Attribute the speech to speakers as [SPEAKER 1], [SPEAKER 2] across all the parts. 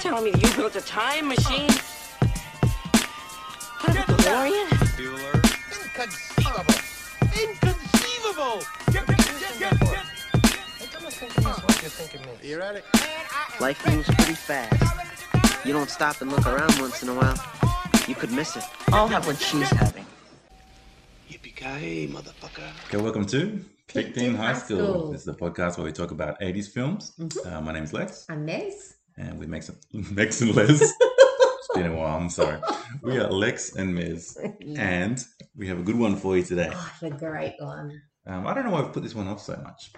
[SPEAKER 1] telling me that you built a time machine? What, a DeLorean?
[SPEAKER 2] Inconceivable! Inconceivable! Get, get, get, get, get. You ready?
[SPEAKER 3] Life moves pretty fast. You don't stop and look around once in a while. You could miss it. I'll have what she's having.
[SPEAKER 2] Yippee-ki-yay, motherfucker.
[SPEAKER 4] Okay, welcome to Kicked in High School.
[SPEAKER 5] School. Mm-hmm.
[SPEAKER 4] This is the podcast where we talk about 80s films. Uh, my name's Lex,
[SPEAKER 5] And Liz.
[SPEAKER 4] and we make some Mex and Liz. it's been a while, I'm sorry. We are Lex and Miz, and we have a good one for you today.
[SPEAKER 5] Oh, the great one.
[SPEAKER 4] Um, I don't know why we've put this one off so much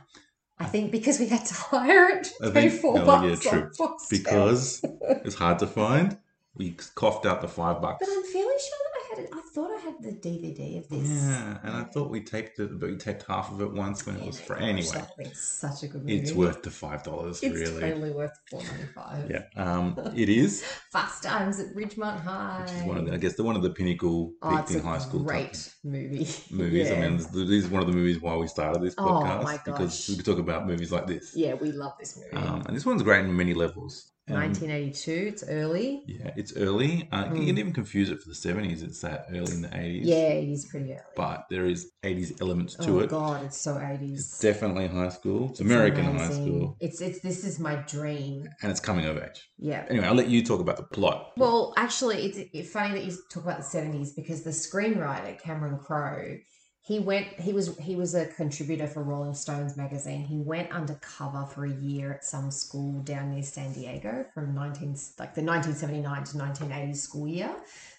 [SPEAKER 5] I think because we had to hire it
[SPEAKER 4] I
[SPEAKER 5] to
[SPEAKER 4] think-
[SPEAKER 5] do four
[SPEAKER 4] oh,
[SPEAKER 5] bucks
[SPEAKER 4] yeah,
[SPEAKER 5] on
[SPEAKER 4] true.
[SPEAKER 5] Foxtel.
[SPEAKER 4] because it's hard to find. We coughed out the five bucks.
[SPEAKER 5] But I'm fairly sure that I had it. I thought I had the DVD of this.
[SPEAKER 4] Yeah, and I thought we taped it, but we taped half of it once when it was free. Anyway,
[SPEAKER 5] It's such a good movie.
[SPEAKER 4] it's worth the five dollars,
[SPEAKER 5] It's
[SPEAKER 4] really.
[SPEAKER 5] totally worth four ninety five.
[SPEAKER 4] Yeah, um, it is.
[SPEAKER 5] Fast Times at Ridgemont High.
[SPEAKER 4] Which is one of the, I guess, the one of the pinnacle
[SPEAKER 5] oh,
[SPEAKER 4] peaked
[SPEAKER 5] it's
[SPEAKER 4] in
[SPEAKER 5] a
[SPEAKER 4] high school type
[SPEAKER 5] great movie.
[SPEAKER 4] movies. I
[SPEAKER 5] Yeah.
[SPEAKER 4] mean, this, this is one of the movies why we started this
[SPEAKER 5] Oh,
[SPEAKER 4] podcast
[SPEAKER 5] my
[SPEAKER 4] because
[SPEAKER 5] gosh.
[SPEAKER 4] we could talk about movies like this.
[SPEAKER 5] yeah, we love this movie.
[SPEAKER 4] Um, and this one's great in many levels. Um,
[SPEAKER 5] 1982. It's early.
[SPEAKER 4] yeah, it's early. Uh, You
[SPEAKER 5] Mm.
[SPEAKER 4] can even confuse it for the seventies. It's that early in the eighties.
[SPEAKER 5] Yeah, it is pretty early.
[SPEAKER 4] but there is eighties elements to
[SPEAKER 5] oh
[SPEAKER 4] it.
[SPEAKER 5] God, it's so 80s.
[SPEAKER 4] It's definitely high school. It's,
[SPEAKER 5] It's
[SPEAKER 4] American high
[SPEAKER 5] amazing.
[SPEAKER 4] school,
[SPEAKER 5] It's it's this is my dream.
[SPEAKER 4] and it's coming of age.
[SPEAKER 5] Yeah.
[SPEAKER 4] Anyway, I'll let you talk about the plot.
[SPEAKER 5] Well, actually, it's, it's funny that you talk about the seventies because the screenwriter Cameron Crowe, he went, he was, he was a contributor for Rolling Stones magazine. He went undercover for a year at some school down near San Diego from nineteen, like the nineteen seventy nine to nineteen eighty school year.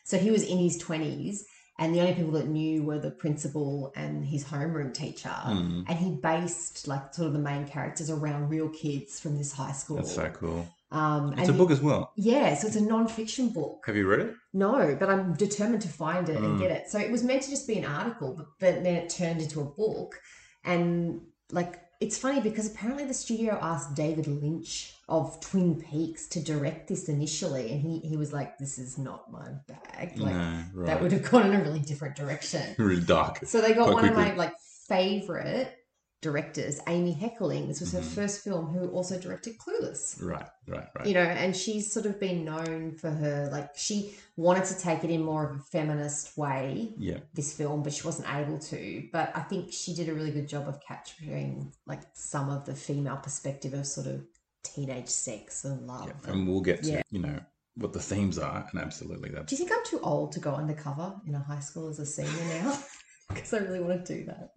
[SPEAKER 5] So he was in his twenties, and the only people that knew were the principal and his homeroom teacher.
[SPEAKER 4] Mm,
[SPEAKER 5] And he based like sort of the main characters around real kids from this high school.
[SPEAKER 4] that's so cool.
[SPEAKER 5] Um,
[SPEAKER 4] It's
[SPEAKER 5] and
[SPEAKER 4] a
[SPEAKER 5] he-
[SPEAKER 4] book as well.
[SPEAKER 5] yeah, so it's a non-fiction book.
[SPEAKER 4] Have you read it?
[SPEAKER 5] No, but I'm determined to find it
[SPEAKER 4] Mm.
[SPEAKER 5] and get it. So it was meant to just be an article, but, but then it turned into a book. And like, it's funny because apparently the studio asked David Lynch of Twin Peaks to direct this initially, and he he was like, "This is not my bag." Like
[SPEAKER 4] no, right.
[SPEAKER 5] that would have gone in a really different direction.
[SPEAKER 4] really dark.
[SPEAKER 5] So they got
[SPEAKER 4] Quite
[SPEAKER 5] one of my
[SPEAKER 4] quickly.
[SPEAKER 5] like favorite directors, Amy Heckerling. This was her
[SPEAKER 4] Mhm.
[SPEAKER 5] first film, who also directed Clueless
[SPEAKER 4] Right, right, right.
[SPEAKER 5] you know and she's sort of been known for her like she wanted to take it in more of a feminist way
[SPEAKER 4] yeah.
[SPEAKER 5] this film but she wasn't able to but i think she did a really good job of capturing like some of the female perspective of sort of teenage sex and love
[SPEAKER 4] Oh, Yeah, and we'll get to
[SPEAKER 5] Yeah.
[SPEAKER 4] you know what the themes are, and absolutely that's
[SPEAKER 5] do you think i'm too old to go undercover in a high school as a senior now because i really want to do that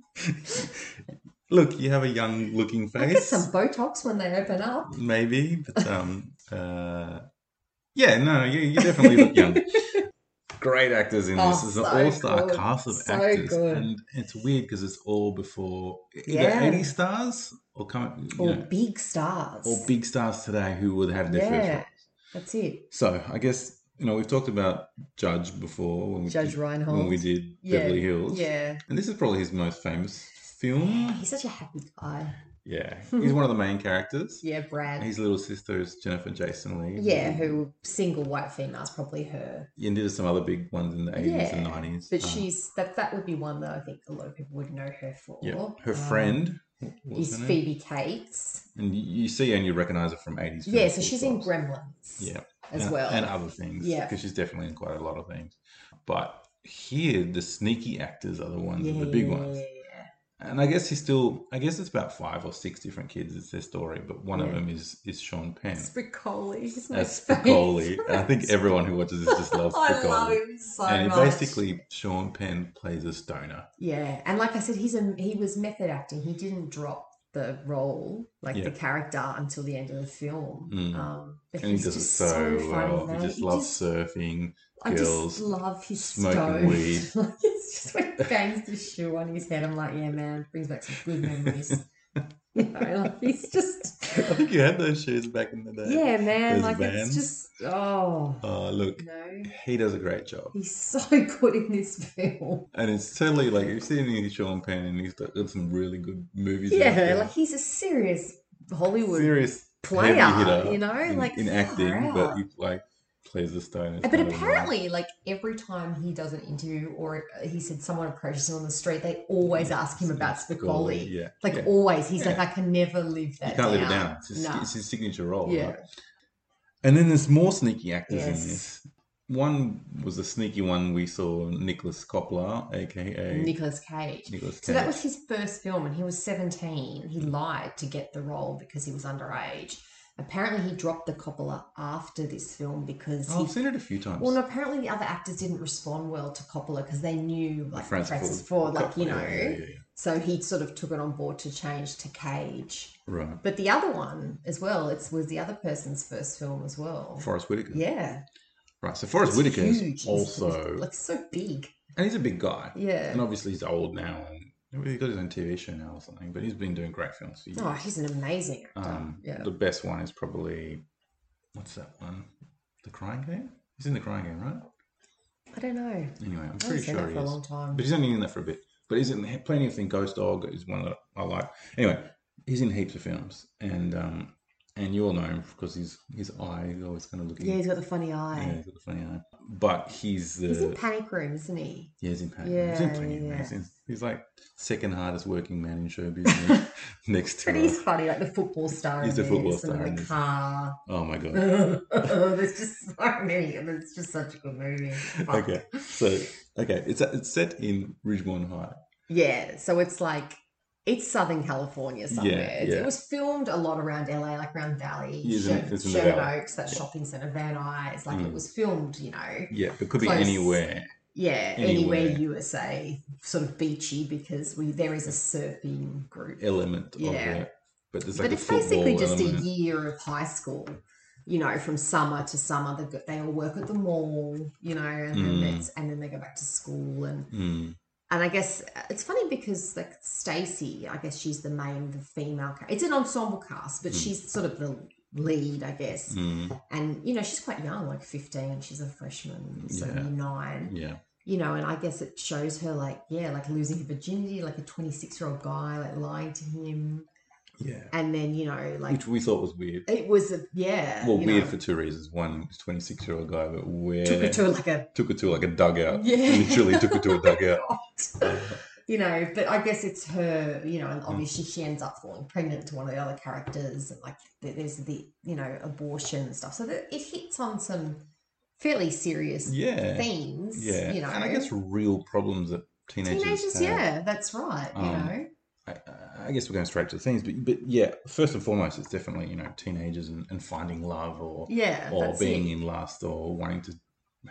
[SPEAKER 4] Look, you have a young-looking
[SPEAKER 5] i'll get
[SPEAKER 4] face,
[SPEAKER 5] some botox when they open up
[SPEAKER 4] maybe, but um, uh, yeah, no, you, you definitely look young. Great actors in this.
[SPEAKER 5] Oh,
[SPEAKER 4] It's
[SPEAKER 5] so
[SPEAKER 4] an all-star
[SPEAKER 5] good.
[SPEAKER 4] cast of
[SPEAKER 5] So
[SPEAKER 4] actors,
[SPEAKER 5] good.
[SPEAKER 4] and it's weird because it's all before either
[SPEAKER 5] Yeah.
[SPEAKER 4] eighty stars or come, you
[SPEAKER 5] or
[SPEAKER 4] know,
[SPEAKER 5] big stars
[SPEAKER 4] or big stars today who would have their first.
[SPEAKER 5] Yeah.
[SPEAKER 4] role.
[SPEAKER 5] that's it
[SPEAKER 4] So I guess you know we've talked about Judge before when we
[SPEAKER 5] judge
[SPEAKER 4] did,
[SPEAKER 5] reinhold
[SPEAKER 4] when we did
[SPEAKER 5] Yeah,
[SPEAKER 4] Beverly Hills.
[SPEAKER 5] yeah
[SPEAKER 4] And this is probably his most famous
[SPEAKER 5] yeah,
[SPEAKER 4] film.
[SPEAKER 5] he's such a happy guy.
[SPEAKER 4] Yeah. He's one of the main characters.
[SPEAKER 5] Yeah, Brad.
[SPEAKER 4] And His little sister is Jennifer Jason Lee.
[SPEAKER 5] Yeah, who single white female is probably her.
[SPEAKER 4] And did some other big ones in the 80s and
[SPEAKER 5] Yeah,
[SPEAKER 4] 90s.
[SPEAKER 5] But
[SPEAKER 4] Um,
[SPEAKER 5] she's that that would be one that I think a lot of people would know her for.
[SPEAKER 4] Yeah. Her
[SPEAKER 5] Um,
[SPEAKER 4] friend what was
[SPEAKER 5] is
[SPEAKER 4] her name?
[SPEAKER 5] Phoebe Cates.
[SPEAKER 4] And you you see her and you recognize her from 80s.
[SPEAKER 5] Yeah,
[SPEAKER 4] films
[SPEAKER 5] so
[SPEAKER 4] as
[SPEAKER 5] she's in
[SPEAKER 4] well.
[SPEAKER 5] Gremlins.
[SPEAKER 4] Yeah.
[SPEAKER 5] As
[SPEAKER 4] and,
[SPEAKER 5] well.
[SPEAKER 4] And other things.
[SPEAKER 5] Yeah.
[SPEAKER 4] Because she's definitely in quite a lot of things. But here, the sneaky actors are the ones, the big ones.
[SPEAKER 5] Yeah.
[SPEAKER 4] And I guess he's still, I guess it's about five or six different kids. It's their story. But one of
[SPEAKER 5] Yeah.
[SPEAKER 4] them is is Sean Penn.
[SPEAKER 5] Spicoli. He's my
[SPEAKER 4] That's Spicoli. And I think
[SPEAKER 5] favorite.
[SPEAKER 4] everyone who watches this just loves
[SPEAKER 5] I
[SPEAKER 4] Spicoli.
[SPEAKER 5] love him so
[SPEAKER 4] and
[SPEAKER 5] much.
[SPEAKER 4] basically, Sean Penn plays a stoner.
[SPEAKER 5] Yeah, and like I said, he's a he was method acting. He didn't drop the role, like
[SPEAKER 4] Yeah.
[SPEAKER 5] the character, until the end of the film.
[SPEAKER 4] Mm.
[SPEAKER 5] Um, but
[SPEAKER 4] And he
[SPEAKER 5] he's
[SPEAKER 4] does it
[SPEAKER 5] just
[SPEAKER 4] so,
[SPEAKER 5] funny,
[SPEAKER 4] well.
[SPEAKER 5] man.
[SPEAKER 4] He just
[SPEAKER 5] He
[SPEAKER 4] loves
[SPEAKER 5] just-
[SPEAKER 4] surfing.
[SPEAKER 5] I
[SPEAKER 4] girls,
[SPEAKER 5] just love his
[SPEAKER 4] smoking
[SPEAKER 5] stone.
[SPEAKER 4] weed.
[SPEAKER 5] it's just when he bangs the shoe on his head. I'm like, yeah, man, brings back some good memories. you know, like he's just,
[SPEAKER 4] I think you had those shoes back in the day.
[SPEAKER 5] yeah, man,
[SPEAKER 4] Those
[SPEAKER 5] like it's
[SPEAKER 4] Vans.
[SPEAKER 5] just, oh,
[SPEAKER 4] Oh, look,
[SPEAKER 5] no,
[SPEAKER 4] he does a great job.
[SPEAKER 5] he's so good in this film.
[SPEAKER 4] And it's totally like, you've seen any Sean Penn and he's got got some really good movies. out
[SPEAKER 5] Yeah,
[SPEAKER 4] there.
[SPEAKER 5] like he's a serious Hollywood
[SPEAKER 4] serious
[SPEAKER 5] player,
[SPEAKER 4] heavy hitter
[SPEAKER 5] you know,
[SPEAKER 4] in,
[SPEAKER 5] like
[SPEAKER 4] in
[SPEAKER 5] far
[SPEAKER 4] acting,
[SPEAKER 5] out.
[SPEAKER 4] but he like plays a stoner.
[SPEAKER 5] But
[SPEAKER 4] kind of
[SPEAKER 5] apparently, like every time he does an interview or uh, he said someone approaches him on the street, they always ask him about
[SPEAKER 4] Spicoli,
[SPEAKER 5] Spicoli.
[SPEAKER 4] Mm, Yeah.
[SPEAKER 5] Like
[SPEAKER 4] yeah.
[SPEAKER 5] always, he's
[SPEAKER 4] Yeah.
[SPEAKER 5] like, I can never live
[SPEAKER 4] you
[SPEAKER 5] that.
[SPEAKER 4] can't live it down. It's his,
[SPEAKER 5] No.
[SPEAKER 4] it's his signature role.
[SPEAKER 5] Yeah.
[SPEAKER 4] right? And then there's more sneaky actors
[SPEAKER 5] Yes.
[SPEAKER 4] in this. One was a sneaky one we saw Nicholas Coppola, aka
[SPEAKER 5] Nicolas Cage.
[SPEAKER 4] Nicholas Cage. Mm.
[SPEAKER 5] So that was his first film, and he was 17. He lied to get the role because he was underage. Apparently, he dropped the Coppola after this film because
[SPEAKER 4] Oh,
[SPEAKER 5] he.
[SPEAKER 4] I've seen it a few times.
[SPEAKER 5] Well, and apparently the other actors didn't respond well to Coppola because they knew like Francis, Ford, like you know.
[SPEAKER 4] Coppola, yeah, yeah, yeah, yeah.
[SPEAKER 5] So he sort of took it on board to change to Cage.
[SPEAKER 4] Right.
[SPEAKER 5] But the other one as well, it was the other person's first film as well.
[SPEAKER 4] Forrest Whitaker.
[SPEAKER 5] yeah,
[SPEAKER 4] Right. So Forrest
[SPEAKER 5] It's
[SPEAKER 4] Whitaker
[SPEAKER 5] huge.
[SPEAKER 4] is
[SPEAKER 5] He's-
[SPEAKER 4] also,
[SPEAKER 5] like so big.
[SPEAKER 4] and he's a big guy.
[SPEAKER 5] Yeah.
[SPEAKER 4] And obviously he's old now. and He's got his own TV show now or something, but he's been doing great films for years.
[SPEAKER 5] Oh, he's an amazing actor.
[SPEAKER 4] Um,
[SPEAKER 5] yeah.
[SPEAKER 4] The best one is probably what's that one? The Crying Game. He's in the Crying Game, right?
[SPEAKER 5] I don't know.
[SPEAKER 4] Anyway, I'm
[SPEAKER 5] I haven't
[SPEAKER 4] pretty
[SPEAKER 5] seen
[SPEAKER 4] sure
[SPEAKER 5] that
[SPEAKER 4] he
[SPEAKER 5] for a
[SPEAKER 4] is.
[SPEAKER 5] long time.
[SPEAKER 4] But he's only in that for a bit. But he's in plenty of things. Ghost Dog is one that I like. Anyway, he's in heaps of films, and um, and you all know him because his his eye is always kind of looking.
[SPEAKER 5] Yeah, he's got the funny
[SPEAKER 4] yeah,
[SPEAKER 5] eye.
[SPEAKER 4] he's got the funny eye. But he's the
[SPEAKER 5] He's in Panic Room, isn't he?
[SPEAKER 4] yeah, he's in Pan. he's in
[SPEAKER 5] Yeah,
[SPEAKER 4] plenty of
[SPEAKER 5] yeah.
[SPEAKER 4] magazines. He's like second hardest working man in show business next to.
[SPEAKER 5] But
[SPEAKER 4] us.
[SPEAKER 5] he's funny, like the football star.
[SPEAKER 4] Uh, He's
[SPEAKER 5] in
[SPEAKER 4] a football
[SPEAKER 5] this and
[SPEAKER 4] star in
[SPEAKER 5] in the
[SPEAKER 4] this.
[SPEAKER 5] car.
[SPEAKER 4] Oh my god.
[SPEAKER 5] There's just so many. and It's just such a good movie. Fuck.
[SPEAKER 4] okay, so okay, it's it's set in Ridgemont High.
[SPEAKER 5] Yeah, so it's like it's Southern California somewhere. It's-
[SPEAKER 4] yeah.
[SPEAKER 5] It was filmed a lot around LA, like around Valley,
[SPEAKER 4] Yeah, isn't it-
[SPEAKER 5] Sher-
[SPEAKER 4] it's in the
[SPEAKER 5] Sherman
[SPEAKER 4] valley.
[SPEAKER 5] Oaks, that shopping center, Van Nuys. Like
[SPEAKER 4] Mm.
[SPEAKER 5] it was filmed, you know,
[SPEAKER 4] Yeah, it could be
[SPEAKER 5] Close.
[SPEAKER 4] anywhere.
[SPEAKER 5] yeah, anywhere.
[SPEAKER 4] Anywhere.
[SPEAKER 5] USA, sort of beachy because we there is a surfing group.
[SPEAKER 4] Element of
[SPEAKER 5] Yeah.
[SPEAKER 4] that, but there's like
[SPEAKER 5] but
[SPEAKER 4] a
[SPEAKER 5] it's basically
[SPEAKER 4] football
[SPEAKER 5] just a
[SPEAKER 4] element.
[SPEAKER 5] year of high school. You know, from summer to summer, they go- they all work at the mall. You know, and then
[SPEAKER 4] Mm.
[SPEAKER 5] it's, and then they go back to school, and
[SPEAKER 4] Mm,
[SPEAKER 5] and I guess uh, it's funny because like Stacey, I guess she's the main, the female. Ca- it's an ensemble cast, but
[SPEAKER 4] Mm.
[SPEAKER 5] she's sort of the lead, I guess.
[SPEAKER 4] mm,
[SPEAKER 5] And you know, she's quite young, like fifteen. She's a freshman, so
[SPEAKER 4] Yeah.
[SPEAKER 5] year nine.
[SPEAKER 4] yeah,
[SPEAKER 5] You know, and I guess it shows her like, yeah, like losing her virginity, like a twenty-six-year-old guy, like lying to him,
[SPEAKER 4] yeah,
[SPEAKER 5] and then you know, like
[SPEAKER 4] which we thought was weird.
[SPEAKER 5] it was a yeah,
[SPEAKER 4] Well,
[SPEAKER 5] you
[SPEAKER 4] weird
[SPEAKER 5] know,
[SPEAKER 4] for two reasons. One, it's 26 year old guy, but where
[SPEAKER 5] took her to like a
[SPEAKER 4] took it to like a dugout.
[SPEAKER 5] Yeah.
[SPEAKER 4] literally took it to a dugout.
[SPEAKER 5] God. you know, but I guess it's her, you know, and
[SPEAKER 4] Mm.
[SPEAKER 5] obviously she ends up falling pregnant to one of the other characters, and like th- there's the, you know, abortion and stuff. So that it hits on some fairly serious
[SPEAKER 4] Yeah,
[SPEAKER 5] themes,
[SPEAKER 4] yeah,
[SPEAKER 5] you know.
[SPEAKER 4] and I guess real problems that teenagers,
[SPEAKER 5] teenagers,
[SPEAKER 4] have.
[SPEAKER 5] yeah, that's right, you
[SPEAKER 4] Um,
[SPEAKER 5] know.
[SPEAKER 4] I, I guess we're going straight to the themes, but but yeah, first and foremost, it's definitely you know teenagers and, and finding love or
[SPEAKER 5] Yeah,
[SPEAKER 4] or
[SPEAKER 5] that's
[SPEAKER 4] being
[SPEAKER 5] it.
[SPEAKER 4] in lust or wanting to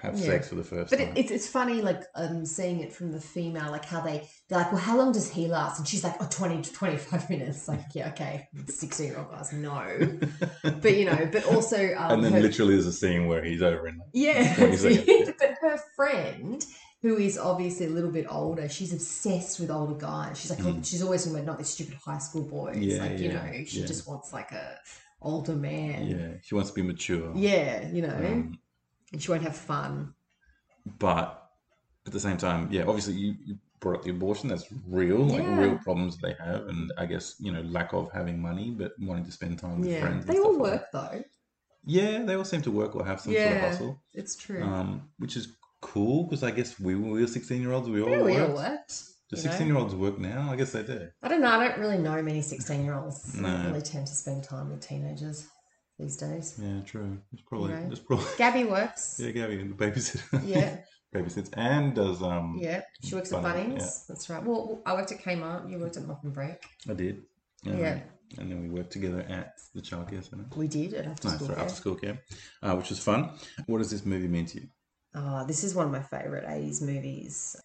[SPEAKER 4] have
[SPEAKER 5] Yeah.
[SPEAKER 4] sex for the first
[SPEAKER 5] But
[SPEAKER 4] time.
[SPEAKER 5] it, it's, it's funny, like, um, seeing it from the female, like how they, they're like, well, how long does he last? And she's like, oh, 20 to 25 minutes. Like, yeah, okay, 16 year old guys, no. But, you know, but also. Um,
[SPEAKER 4] and then
[SPEAKER 5] her-
[SPEAKER 4] literally there's a scene where he's over and like,
[SPEAKER 5] Yeah,
[SPEAKER 4] What is it?
[SPEAKER 5] but her friend, who is obviously a little bit older, she's obsessed with older guys. She's like, oh,
[SPEAKER 4] Mm.
[SPEAKER 5] she's always talking about not this stupid high school boy.
[SPEAKER 4] Yeah,
[SPEAKER 5] like you
[SPEAKER 4] yeah,
[SPEAKER 5] know, she
[SPEAKER 4] yeah.
[SPEAKER 5] just wants like a older man.
[SPEAKER 4] yeah, she wants to be mature.
[SPEAKER 5] Yeah, you know,
[SPEAKER 4] Um,
[SPEAKER 5] and she won't have fun.
[SPEAKER 4] but at the same time, yeah, obviously you, you brought up the abortion. That's real, like
[SPEAKER 5] Yeah.
[SPEAKER 4] real problems they have, and I guess you know lack of having money, but wanting to spend time with
[SPEAKER 5] Yeah,
[SPEAKER 4] friends. and
[SPEAKER 5] they all
[SPEAKER 4] stuff like
[SPEAKER 5] work
[SPEAKER 4] that.
[SPEAKER 5] though.
[SPEAKER 4] Yeah, they all seem to work or have some sort of
[SPEAKER 5] Yeah.
[SPEAKER 4] hustle,
[SPEAKER 5] It's true.
[SPEAKER 4] um, which is cool because I guess we, when we were sixteen year olds. We all
[SPEAKER 5] yeah, we all
[SPEAKER 4] worked.
[SPEAKER 5] worked.
[SPEAKER 4] Do
[SPEAKER 5] you know?
[SPEAKER 4] sixteen year olds work now? I guess they do.
[SPEAKER 5] I don't know. I don't really know many sixteen-year-olds. I don't
[SPEAKER 4] No.
[SPEAKER 5] really tend to spend time with teenagers these days.
[SPEAKER 4] Yeah, true. It's probably
[SPEAKER 5] know?
[SPEAKER 4] it's probably
[SPEAKER 5] Gabby works.
[SPEAKER 4] yeah, Gabby, the babysitter.
[SPEAKER 5] yeah.
[SPEAKER 4] babysits and does um
[SPEAKER 5] Yeah, she works at
[SPEAKER 4] Bunnings,
[SPEAKER 5] Bunnings. That's right. Well, I worked at Kmart. You worked at Muffin Break.
[SPEAKER 4] I did. Um,
[SPEAKER 5] Yeah.
[SPEAKER 4] And then we worked together at the childcare center.
[SPEAKER 5] We did at after
[SPEAKER 4] No,
[SPEAKER 5] school.
[SPEAKER 4] sorry,
[SPEAKER 5] care.
[SPEAKER 4] after school care, uh, which was fun. What does this movie mean to you?
[SPEAKER 5] Oh, this is one of my favorite '80s movies.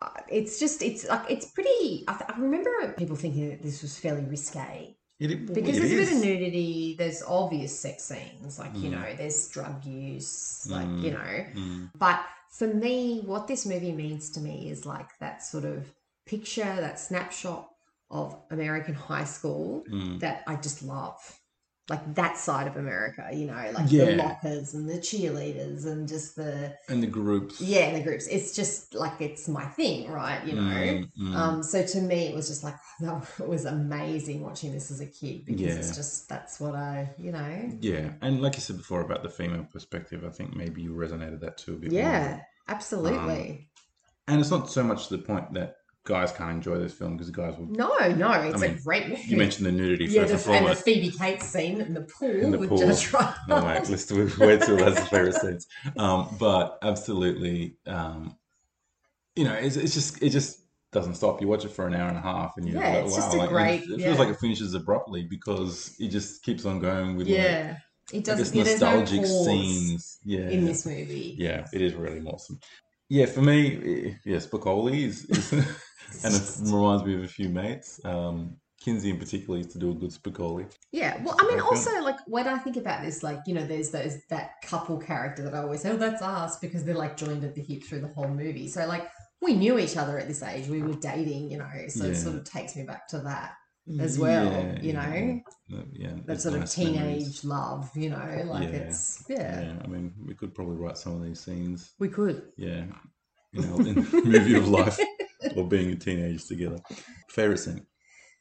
[SPEAKER 5] Uh, It's just, it's like, it's pretty. I, th- I remember people thinking that this was fairly risque
[SPEAKER 4] It, it, well,
[SPEAKER 5] because
[SPEAKER 4] it
[SPEAKER 5] there's a bit of
[SPEAKER 4] is.
[SPEAKER 5] nudity. There's obvious sex scenes, like you
[SPEAKER 4] Mm.
[SPEAKER 5] know, there's drug use, like you know.
[SPEAKER 4] Mm,
[SPEAKER 5] But for me, what this movie means to me is like that sort of picture, that snapshot of American high school
[SPEAKER 4] mm.
[SPEAKER 5] that I just love. Like that side of America, you know, like the
[SPEAKER 4] Yeah.
[SPEAKER 5] lockers and the cheerleaders and just the
[SPEAKER 4] And the groups.
[SPEAKER 5] yeah, and the groups. It's just like it's my thing, right? You know.
[SPEAKER 4] Mm, mm.
[SPEAKER 5] Um, so to me, it was just like that it was amazing watching this as a kid because
[SPEAKER 4] Yeah.
[SPEAKER 5] it's just that's what I, you know,
[SPEAKER 4] yeah. And like you said before about the female perspective, I think maybe you resonated that too a bit. more.
[SPEAKER 5] yeah, absolutely,
[SPEAKER 4] And it's not so much the point that guys can't enjoy this film because the guys will.
[SPEAKER 5] No, no, it's a
[SPEAKER 4] Um, mean,
[SPEAKER 5] great movie.
[SPEAKER 4] You mentioned the nudity
[SPEAKER 5] yeah,
[SPEAKER 4] first
[SPEAKER 5] the,
[SPEAKER 4] and
[SPEAKER 5] and the
[SPEAKER 4] foremost.
[SPEAKER 5] Phoebe Cates scene in the pool
[SPEAKER 4] In the
[SPEAKER 5] with
[SPEAKER 4] pool.
[SPEAKER 5] Judge Reinhold.
[SPEAKER 4] No, wait, let's do it. Wait till that's the favorite scenes. Um, but absolutely, um, you know, it's, it's just it just doesn't stop. You watch it for an hour and a half, and you
[SPEAKER 5] Yeah,
[SPEAKER 4] like,
[SPEAKER 5] it's
[SPEAKER 4] wow,
[SPEAKER 5] just a
[SPEAKER 4] like, and
[SPEAKER 5] great-
[SPEAKER 4] it, it
[SPEAKER 5] yeah.
[SPEAKER 4] feels like it finishes abruptly because it just keeps on going with like,
[SPEAKER 5] yeah, it
[SPEAKER 4] I guess
[SPEAKER 5] doesn't. yeah, there's no
[SPEAKER 4] nostalgic
[SPEAKER 5] pause
[SPEAKER 4] scenes. Yeah,
[SPEAKER 5] in this movie.
[SPEAKER 4] yeah, it is really awesome. Yeah, for me, eh, yes, Spicoli is, is and it reminds me of a few mates. Um, Kinsey in particular used to do a good Spicoli.
[SPEAKER 5] Yeah, well, I mean,
[SPEAKER 4] Okay.
[SPEAKER 5] also like when I think about this, like you know, there's those that couple character that I always say, "Oh, that's us," because they're like joined at the hip through the whole movie. So like we knew each other at this age, we were dating, you know. So it
[SPEAKER 4] Yeah.
[SPEAKER 5] sort of takes me back to that as well,
[SPEAKER 4] Yeah,
[SPEAKER 5] you
[SPEAKER 4] yeah,
[SPEAKER 5] know,
[SPEAKER 4] yeah, yeah,
[SPEAKER 5] that
[SPEAKER 4] it's
[SPEAKER 5] sort of
[SPEAKER 4] nice
[SPEAKER 5] teenage
[SPEAKER 4] memories.
[SPEAKER 5] love, you know, like
[SPEAKER 4] Yeah.
[SPEAKER 5] it's yeah,
[SPEAKER 4] Yeah, I mean, we could probably write some of these scenes.
[SPEAKER 5] we could.
[SPEAKER 4] Yeah, you know, in movie of life or being a teenager together. Favorite scene?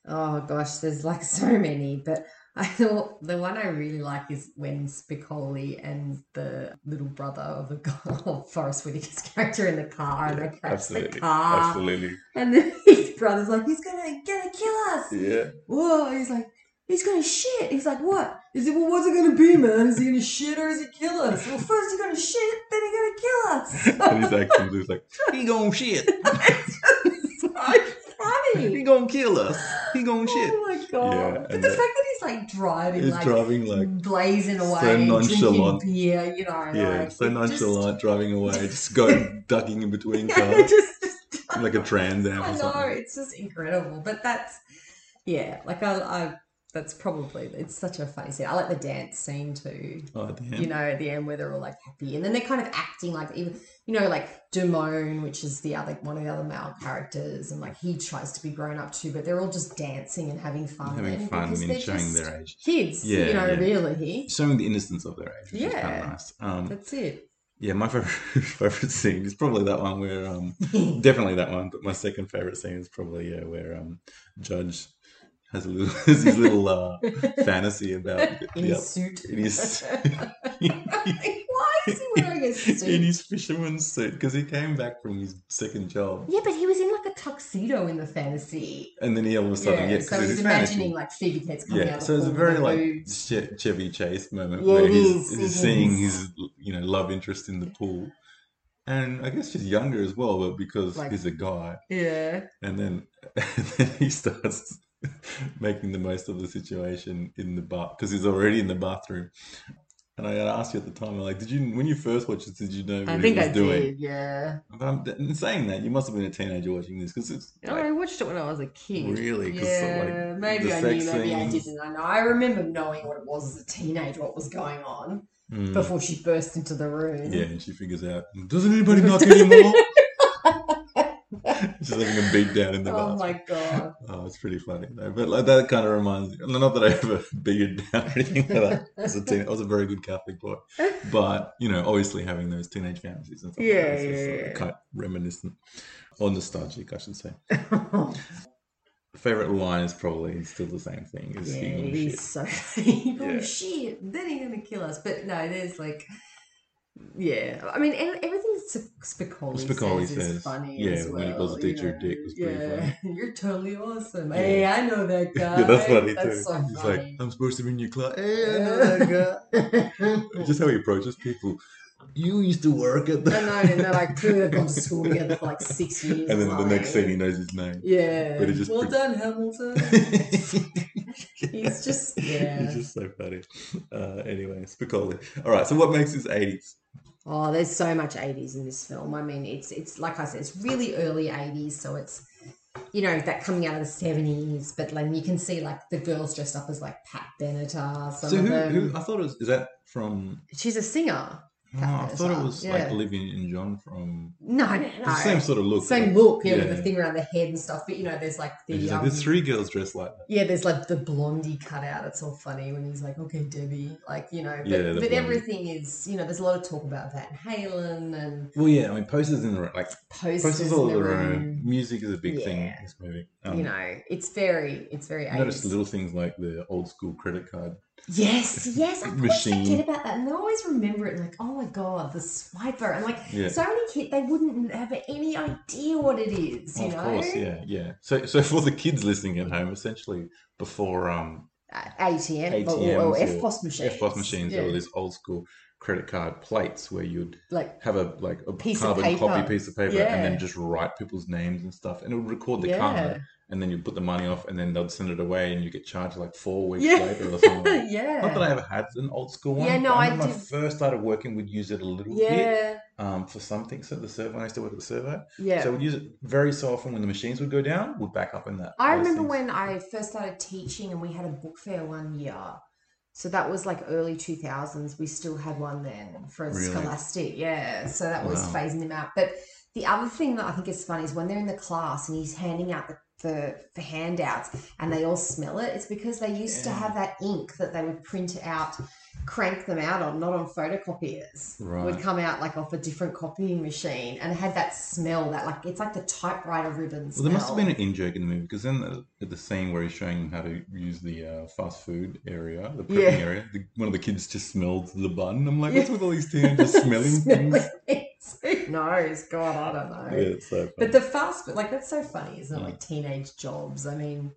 [SPEAKER 5] Oh gosh, there's like so many, but I thought the one I really like is when Spicoli and the little brother of the guy, Forrest Whitaker's character in the car and they crash the
[SPEAKER 4] Absolutely,
[SPEAKER 5] car,
[SPEAKER 4] absolutely.
[SPEAKER 5] and then his brother's like, "He's gonna gonna kill us!"
[SPEAKER 4] Yeah,
[SPEAKER 5] Whoa, he's like, "He's gonna shit." He's like, "What?" Is it? Well, what's it gonna be, man? Is he gonna shit or is he kill us? Well, first he's gonna shit, then he's gonna
[SPEAKER 4] and his accent is like, he gonna shit,
[SPEAKER 5] kill us. so funny.
[SPEAKER 4] he gonna kill us, he gonna shit.
[SPEAKER 5] Oh my god!
[SPEAKER 4] Yeah,
[SPEAKER 5] but
[SPEAKER 4] and
[SPEAKER 5] the fact
[SPEAKER 4] that-
[SPEAKER 5] that he's like driving,
[SPEAKER 4] He's
[SPEAKER 5] like
[SPEAKER 4] driving like
[SPEAKER 5] blazing
[SPEAKER 4] so
[SPEAKER 5] away,
[SPEAKER 4] nonchalant.
[SPEAKER 5] drinking beer, you know,
[SPEAKER 4] Yeah,
[SPEAKER 5] like,
[SPEAKER 4] so
[SPEAKER 5] it just-
[SPEAKER 4] nonchalant, driving away, just going ducking in between
[SPEAKER 5] Yeah,
[SPEAKER 4] cars,
[SPEAKER 5] just, just
[SPEAKER 4] like a Trans Am
[SPEAKER 5] I
[SPEAKER 4] or
[SPEAKER 5] know
[SPEAKER 4] something.
[SPEAKER 5] it's just incredible, but that's yeah, like I, I that's probably it's such a funny scene. I like the dance scene too.
[SPEAKER 4] Oh damn!
[SPEAKER 5] You know, at the end where they're all like happy, and then they're kind of acting like even you know like Damone, which is the other one of the other male characters, and like he tries to be grown up too, but they're all just dancing and having fun,
[SPEAKER 4] having
[SPEAKER 5] then
[SPEAKER 4] fun
[SPEAKER 5] because
[SPEAKER 4] and
[SPEAKER 5] they're
[SPEAKER 4] showing
[SPEAKER 5] just
[SPEAKER 4] their age,
[SPEAKER 5] kids. you
[SPEAKER 4] Yeah,
[SPEAKER 5] know,
[SPEAKER 4] yeah.
[SPEAKER 5] really.
[SPEAKER 4] showing the innocence of their age, which is kind
[SPEAKER 5] Yeah.
[SPEAKER 4] of nice. Um,
[SPEAKER 5] That's it.
[SPEAKER 4] yeah, my favorite favorite scene is probably that one where um, definitely that one. But my second favorite scene is probably yeah, where um, Judge has a little has his little uh, fantasy about
[SPEAKER 5] In
[SPEAKER 4] yeah,
[SPEAKER 5] his suit.
[SPEAKER 4] in his
[SPEAKER 5] Like, Why is he wearing a
[SPEAKER 4] in
[SPEAKER 5] suit?
[SPEAKER 4] his fisherman's suit because he came back from his second job
[SPEAKER 5] Yeah, but he was in like a tuxedo in the fantasy.
[SPEAKER 4] and then he all of a sudden yeah,
[SPEAKER 5] yeah,
[SPEAKER 4] 'cause
[SPEAKER 5] so
[SPEAKER 4] it's
[SPEAKER 5] he's
[SPEAKER 4] his fantasy.
[SPEAKER 5] imagining like Phoebe Cates coming out
[SPEAKER 4] Yeah,
[SPEAKER 5] of
[SPEAKER 4] so
[SPEAKER 5] the
[SPEAKER 4] it's a
[SPEAKER 5] pool
[SPEAKER 4] very
[SPEAKER 5] with
[SPEAKER 4] like
[SPEAKER 5] boobs.
[SPEAKER 4] Che- Chevy Chase moment
[SPEAKER 5] Yeah,
[SPEAKER 4] where
[SPEAKER 5] it
[SPEAKER 4] he's,
[SPEAKER 5] is,
[SPEAKER 4] he's
[SPEAKER 5] it
[SPEAKER 4] seeing
[SPEAKER 5] is.
[SPEAKER 4] his you know love interest in the pool, and I guess she's younger as well, but because
[SPEAKER 5] Like-
[SPEAKER 4] he's a guy,
[SPEAKER 5] yeah,
[SPEAKER 4] and then and then he starts making the most of the situation in the bath because he's already in the bathroom. And I asked you at the time, like, did you when you first watched this, did you know what
[SPEAKER 5] I
[SPEAKER 4] he
[SPEAKER 5] think
[SPEAKER 4] was
[SPEAKER 5] I
[SPEAKER 4] doing?
[SPEAKER 5] did. Yeah,
[SPEAKER 4] But I'm in saying that, you must have been a teenager watching this because it's
[SPEAKER 5] oh,
[SPEAKER 4] like,
[SPEAKER 5] I watched it when I was a kid.
[SPEAKER 4] Really? 'Cause,
[SPEAKER 5] Yeah,
[SPEAKER 4] like,
[SPEAKER 5] maybe
[SPEAKER 4] the
[SPEAKER 5] I knew,
[SPEAKER 4] sex
[SPEAKER 5] maybe I
[SPEAKER 4] scenes-
[SPEAKER 5] didn't. I know. I remember knowing what it was as a teenager, what was going on
[SPEAKER 4] mm.
[SPEAKER 5] before she burst into the room.
[SPEAKER 4] Yeah, and she figures out, doesn't anybody knock anymore? She's having a beat down in the
[SPEAKER 5] Oh
[SPEAKER 4] bathroom.
[SPEAKER 5] my god.
[SPEAKER 4] Oh, it's pretty funny though. But like that kind of reminds me. Not that I ever beated down or anything like that. As a teen, I was a very good Catholic boy. But you know, obviously having those teenage fantasies and stuff like
[SPEAKER 5] Yeah,
[SPEAKER 4] that is just
[SPEAKER 5] yeah,
[SPEAKER 4] sort of
[SPEAKER 5] yeah.
[SPEAKER 4] kind of reminiscent or nostalgic, I should say. Favorite line is probably still the same thing. Is
[SPEAKER 5] Yeah,
[SPEAKER 4] he gonna
[SPEAKER 5] he's
[SPEAKER 4] shit?
[SPEAKER 5] so he's gonna
[SPEAKER 4] Yeah.
[SPEAKER 5] shit. Then he's gonna kill us. But no, there's like, yeah. I mean, ev- everything Sp- Spicoli,
[SPEAKER 4] Spicoli
[SPEAKER 5] says, is
[SPEAKER 4] says,
[SPEAKER 5] funny.
[SPEAKER 4] yeah,
[SPEAKER 5] as well,
[SPEAKER 4] when he calls the
[SPEAKER 5] you
[SPEAKER 4] teacher
[SPEAKER 5] know.
[SPEAKER 4] a dick was pretty
[SPEAKER 5] yeah, you're totally awesome.
[SPEAKER 4] Yeah.
[SPEAKER 5] Hey, I know that guy.
[SPEAKER 4] Yeah, that's funny
[SPEAKER 5] That's
[SPEAKER 4] too.
[SPEAKER 5] so
[SPEAKER 4] He's
[SPEAKER 5] funny.
[SPEAKER 4] like, I'm supposed to be in your class. Eh, Hey, I know that guy. Just how he approaches people. You used to work at the.
[SPEAKER 5] I know, and they're like, two have gone to school together for like six years.
[SPEAKER 4] And then the next
[SPEAKER 5] like,
[SPEAKER 4] scene, he knows his name.
[SPEAKER 5] yeah,
[SPEAKER 4] but it just
[SPEAKER 5] well
[SPEAKER 4] pre-
[SPEAKER 5] done, Hamilton. He's just yeah.
[SPEAKER 4] It's just so funny. Uh, anyway, Spicoli. All right, so what makes this 80s?
[SPEAKER 5] Oh, there's so much 80s in this film. I mean, it's it's like I said, it's really early 80s, so it's you know that coming out of the 70s. But like you can see, like the girls dressed up as like Pat Benatar. Some
[SPEAKER 4] so
[SPEAKER 5] of
[SPEAKER 4] who,
[SPEAKER 5] them.
[SPEAKER 4] who? uh I thought it was. Is that from?
[SPEAKER 5] She's a singer.
[SPEAKER 4] Oh, I thought it was
[SPEAKER 5] Yeah.
[SPEAKER 4] like Olivia and John from.
[SPEAKER 5] No, no,
[SPEAKER 4] It's
[SPEAKER 5] no.
[SPEAKER 4] the same sort of look.
[SPEAKER 5] Same
[SPEAKER 4] right?
[SPEAKER 5] look, yeah, with the
[SPEAKER 4] Yeah.
[SPEAKER 5] thing around the head and stuff. But you know, there's like
[SPEAKER 4] And
[SPEAKER 5] the
[SPEAKER 4] she's like,
[SPEAKER 5] um,
[SPEAKER 4] There's three girls dressed like that.
[SPEAKER 5] yeah, there's like the blondie cutout. It's all funny when he's like, okay, Debbie, like you know. But,
[SPEAKER 4] Yeah, the
[SPEAKER 5] but
[SPEAKER 4] blondie.
[SPEAKER 5] everything is, you know, there's a lot of talk about Van Halen and
[SPEAKER 4] Well, yeah, I mean, posters in the like
[SPEAKER 5] posters, in
[SPEAKER 4] posters all
[SPEAKER 5] the
[SPEAKER 4] over.
[SPEAKER 5] room.
[SPEAKER 4] Music is a big thing in
[SPEAKER 5] Yeah.
[SPEAKER 4] this movie. Um,
[SPEAKER 5] you know, it's very, it's very
[SPEAKER 4] I noticed
[SPEAKER 5] 80s.
[SPEAKER 4] little things like the old school credit card
[SPEAKER 5] Yes, yes. I always
[SPEAKER 4] Machine.
[SPEAKER 5] forget about that, and I always remember it. And like, oh my god, the swiper, and like,
[SPEAKER 4] Yeah.
[SPEAKER 5] so many kids they wouldn't have any idea what it is. You
[SPEAKER 4] of
[SPEAKER 5] know,
[SPEAKER 4] course, yeah, yeah. So, so for the kids listening at home, essentially before um,
[SPEAKER 5] Uh, ATM, or- or,
[SPEAKER 4] ATMs or
[SPEAKER 5] FPOS machines.
[SPEAKER 4] FBOS machines
[SPEAKER 5] Yeah.
[SPEAKER 4] or these old school credit card plates where you'd
[SPEAKER 5] like
[SPEAKER 4] have a like a
[SPEAKER 5] Piece of
[SPEAKER 4] carbon
[SPEAKER 5] paper.
[SPEAKER 4] copy piece of paper and
[SPEAKER 5] Yeah.
[SPEAKER 4] then just write people's names and stuff, and it would record the
[SPEAKER 5] yeah,
[SPEAKER 4] card, and then you put the money off, and then they'd send it away, and you get charged like four weeks
[SPEAKER 5] Yeah.
[SPEAKER 4] later or something.
[SPEAKER 5] yeah,
[SPEAKER 4] Not that I ever had an old school one.
[SPEAKER 5] Yeah, no,
[SPEAKER 4] but
[SPEAKER 5] I
[SPEAKER 4] I remember when I
[SPEAKER 5] did-
[SPEAKER 4] first started working, we'd use it a little bit
[SPEAKER 5] yeah,
[SPEAKER 4] um, for something. So the servo, when I used to work at the servo,
[SPEAKER 5] yeah.
[SPEAKER 4] so we'd use it very so often when the machines would go down, we'd back up in that.
[SPEAKER 5] I
[SPEAKER 4] those
[SPEAKER 5] remember
[SPEAKER 4] things.
[SPEAKER 5] when I first started teaching and we had a book fair one year. So that was like early 2000s. We still had one then for
[SPEAKER 4] Really?
[SPEAKER 5] Scholastic. Yeah. So that was
[SPEAKER 4] Wow.
[SPEAKER 5] phasing them out. But the other thing that I think is funny is when they're in the class and he's handing out the, the, the handouts and they all smell it, it's because they used to
[SPEAKER 4] Yeah.
[SPEAKER 5] have that ink that they would print out, crank them out on, not on photocopiers. It would
[SPEAKER 4] Right.
[SPEAKER 5] come out like off a different copying machine and it had that smell that like it's like the typewriter ribbon
[SPEAKER 4] Well, there must have
[SPEAKER 5] smell.
[SPEAKER 4] been an in joke in the movie because then the- at the scene where he's showing them how to use the uh, fast food area, the prepping
[SPEAKER 5] Yeah.
[SPEAKER 4] area, the, one of the kids just smelled the bun. I'm like, what's with all these teenagers smelling things?
[SPEAKER 5] things. Who knows? God, I don't know.
[SPEAKER 4] Yeah, it's so
[SPEAKER 5] But
[SPEAKER 4] funny.
[SPEAKER 5] the fast food, like that's so funny, isn't it?
[SPEAKER 4] Yeah.
[SPEAKER 5] Like teenage jobs. I mean,